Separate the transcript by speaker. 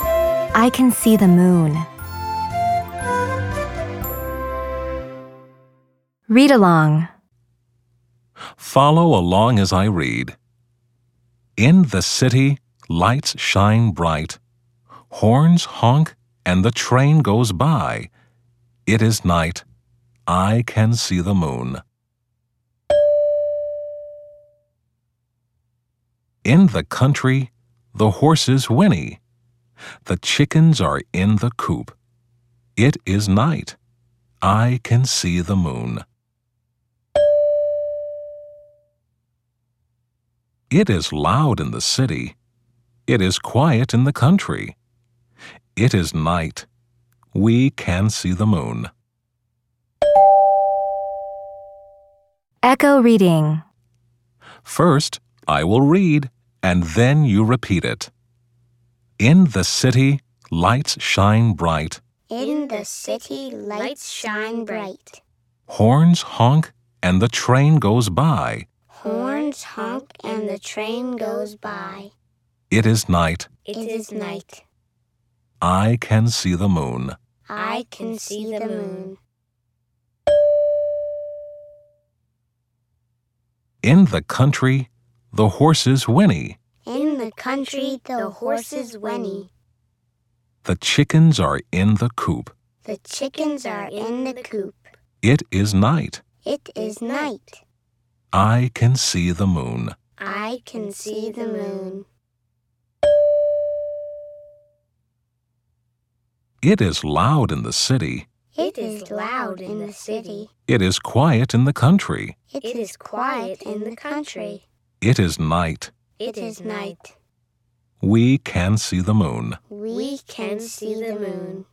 Speaker 1: I can see the moon. Read along.
Speaker 2: Follow along as I read. In the city, lights shine bright. Horns honk and the train goes by. It is night. I can see the moon. In the country, the horses whinny. The chickens are in the coop. It is night. I can see the moon. It is loud in the city. It is quiet in the country. It is night. We can see the moon.
Speaker 1: Echo reading.
Speaker 2: First, I will read, and then you repeat it. In the city, lights shine bright,
Speaker 3: In the city, lights shine bright.
Speaker 2: horns honk, and the train goes by.
Speaker 3: Horns honk and the train goes by.
Speaker 2: It is night.
Speaker 3: It is night.
Speaker 2: I can see the moon.
Speaker 3: I can see the moon.
Speaker 2: In the country, the horses whinny.
Speaker 3: In the country, the horses whinny.
Speaker 2: The chickens are in the coop.
Speaker 3: The chickens are in the coop.
Speaker 2: It is night.
Speaker 3: It is night.
Speaker 2: I can see the moon.
Speaker 3: I can see the moon.
Speaker 2: It is loud in the city.
Speaker 3: It is loud in the city.
Speaker 2: It is quiet in the country.
Speaker 3: It is quiet in the country.
Speaker 2: It is night.
Speaker 3: It is night.
Speaker 2: We can see the moon.
Speaker 3: We can see the moon.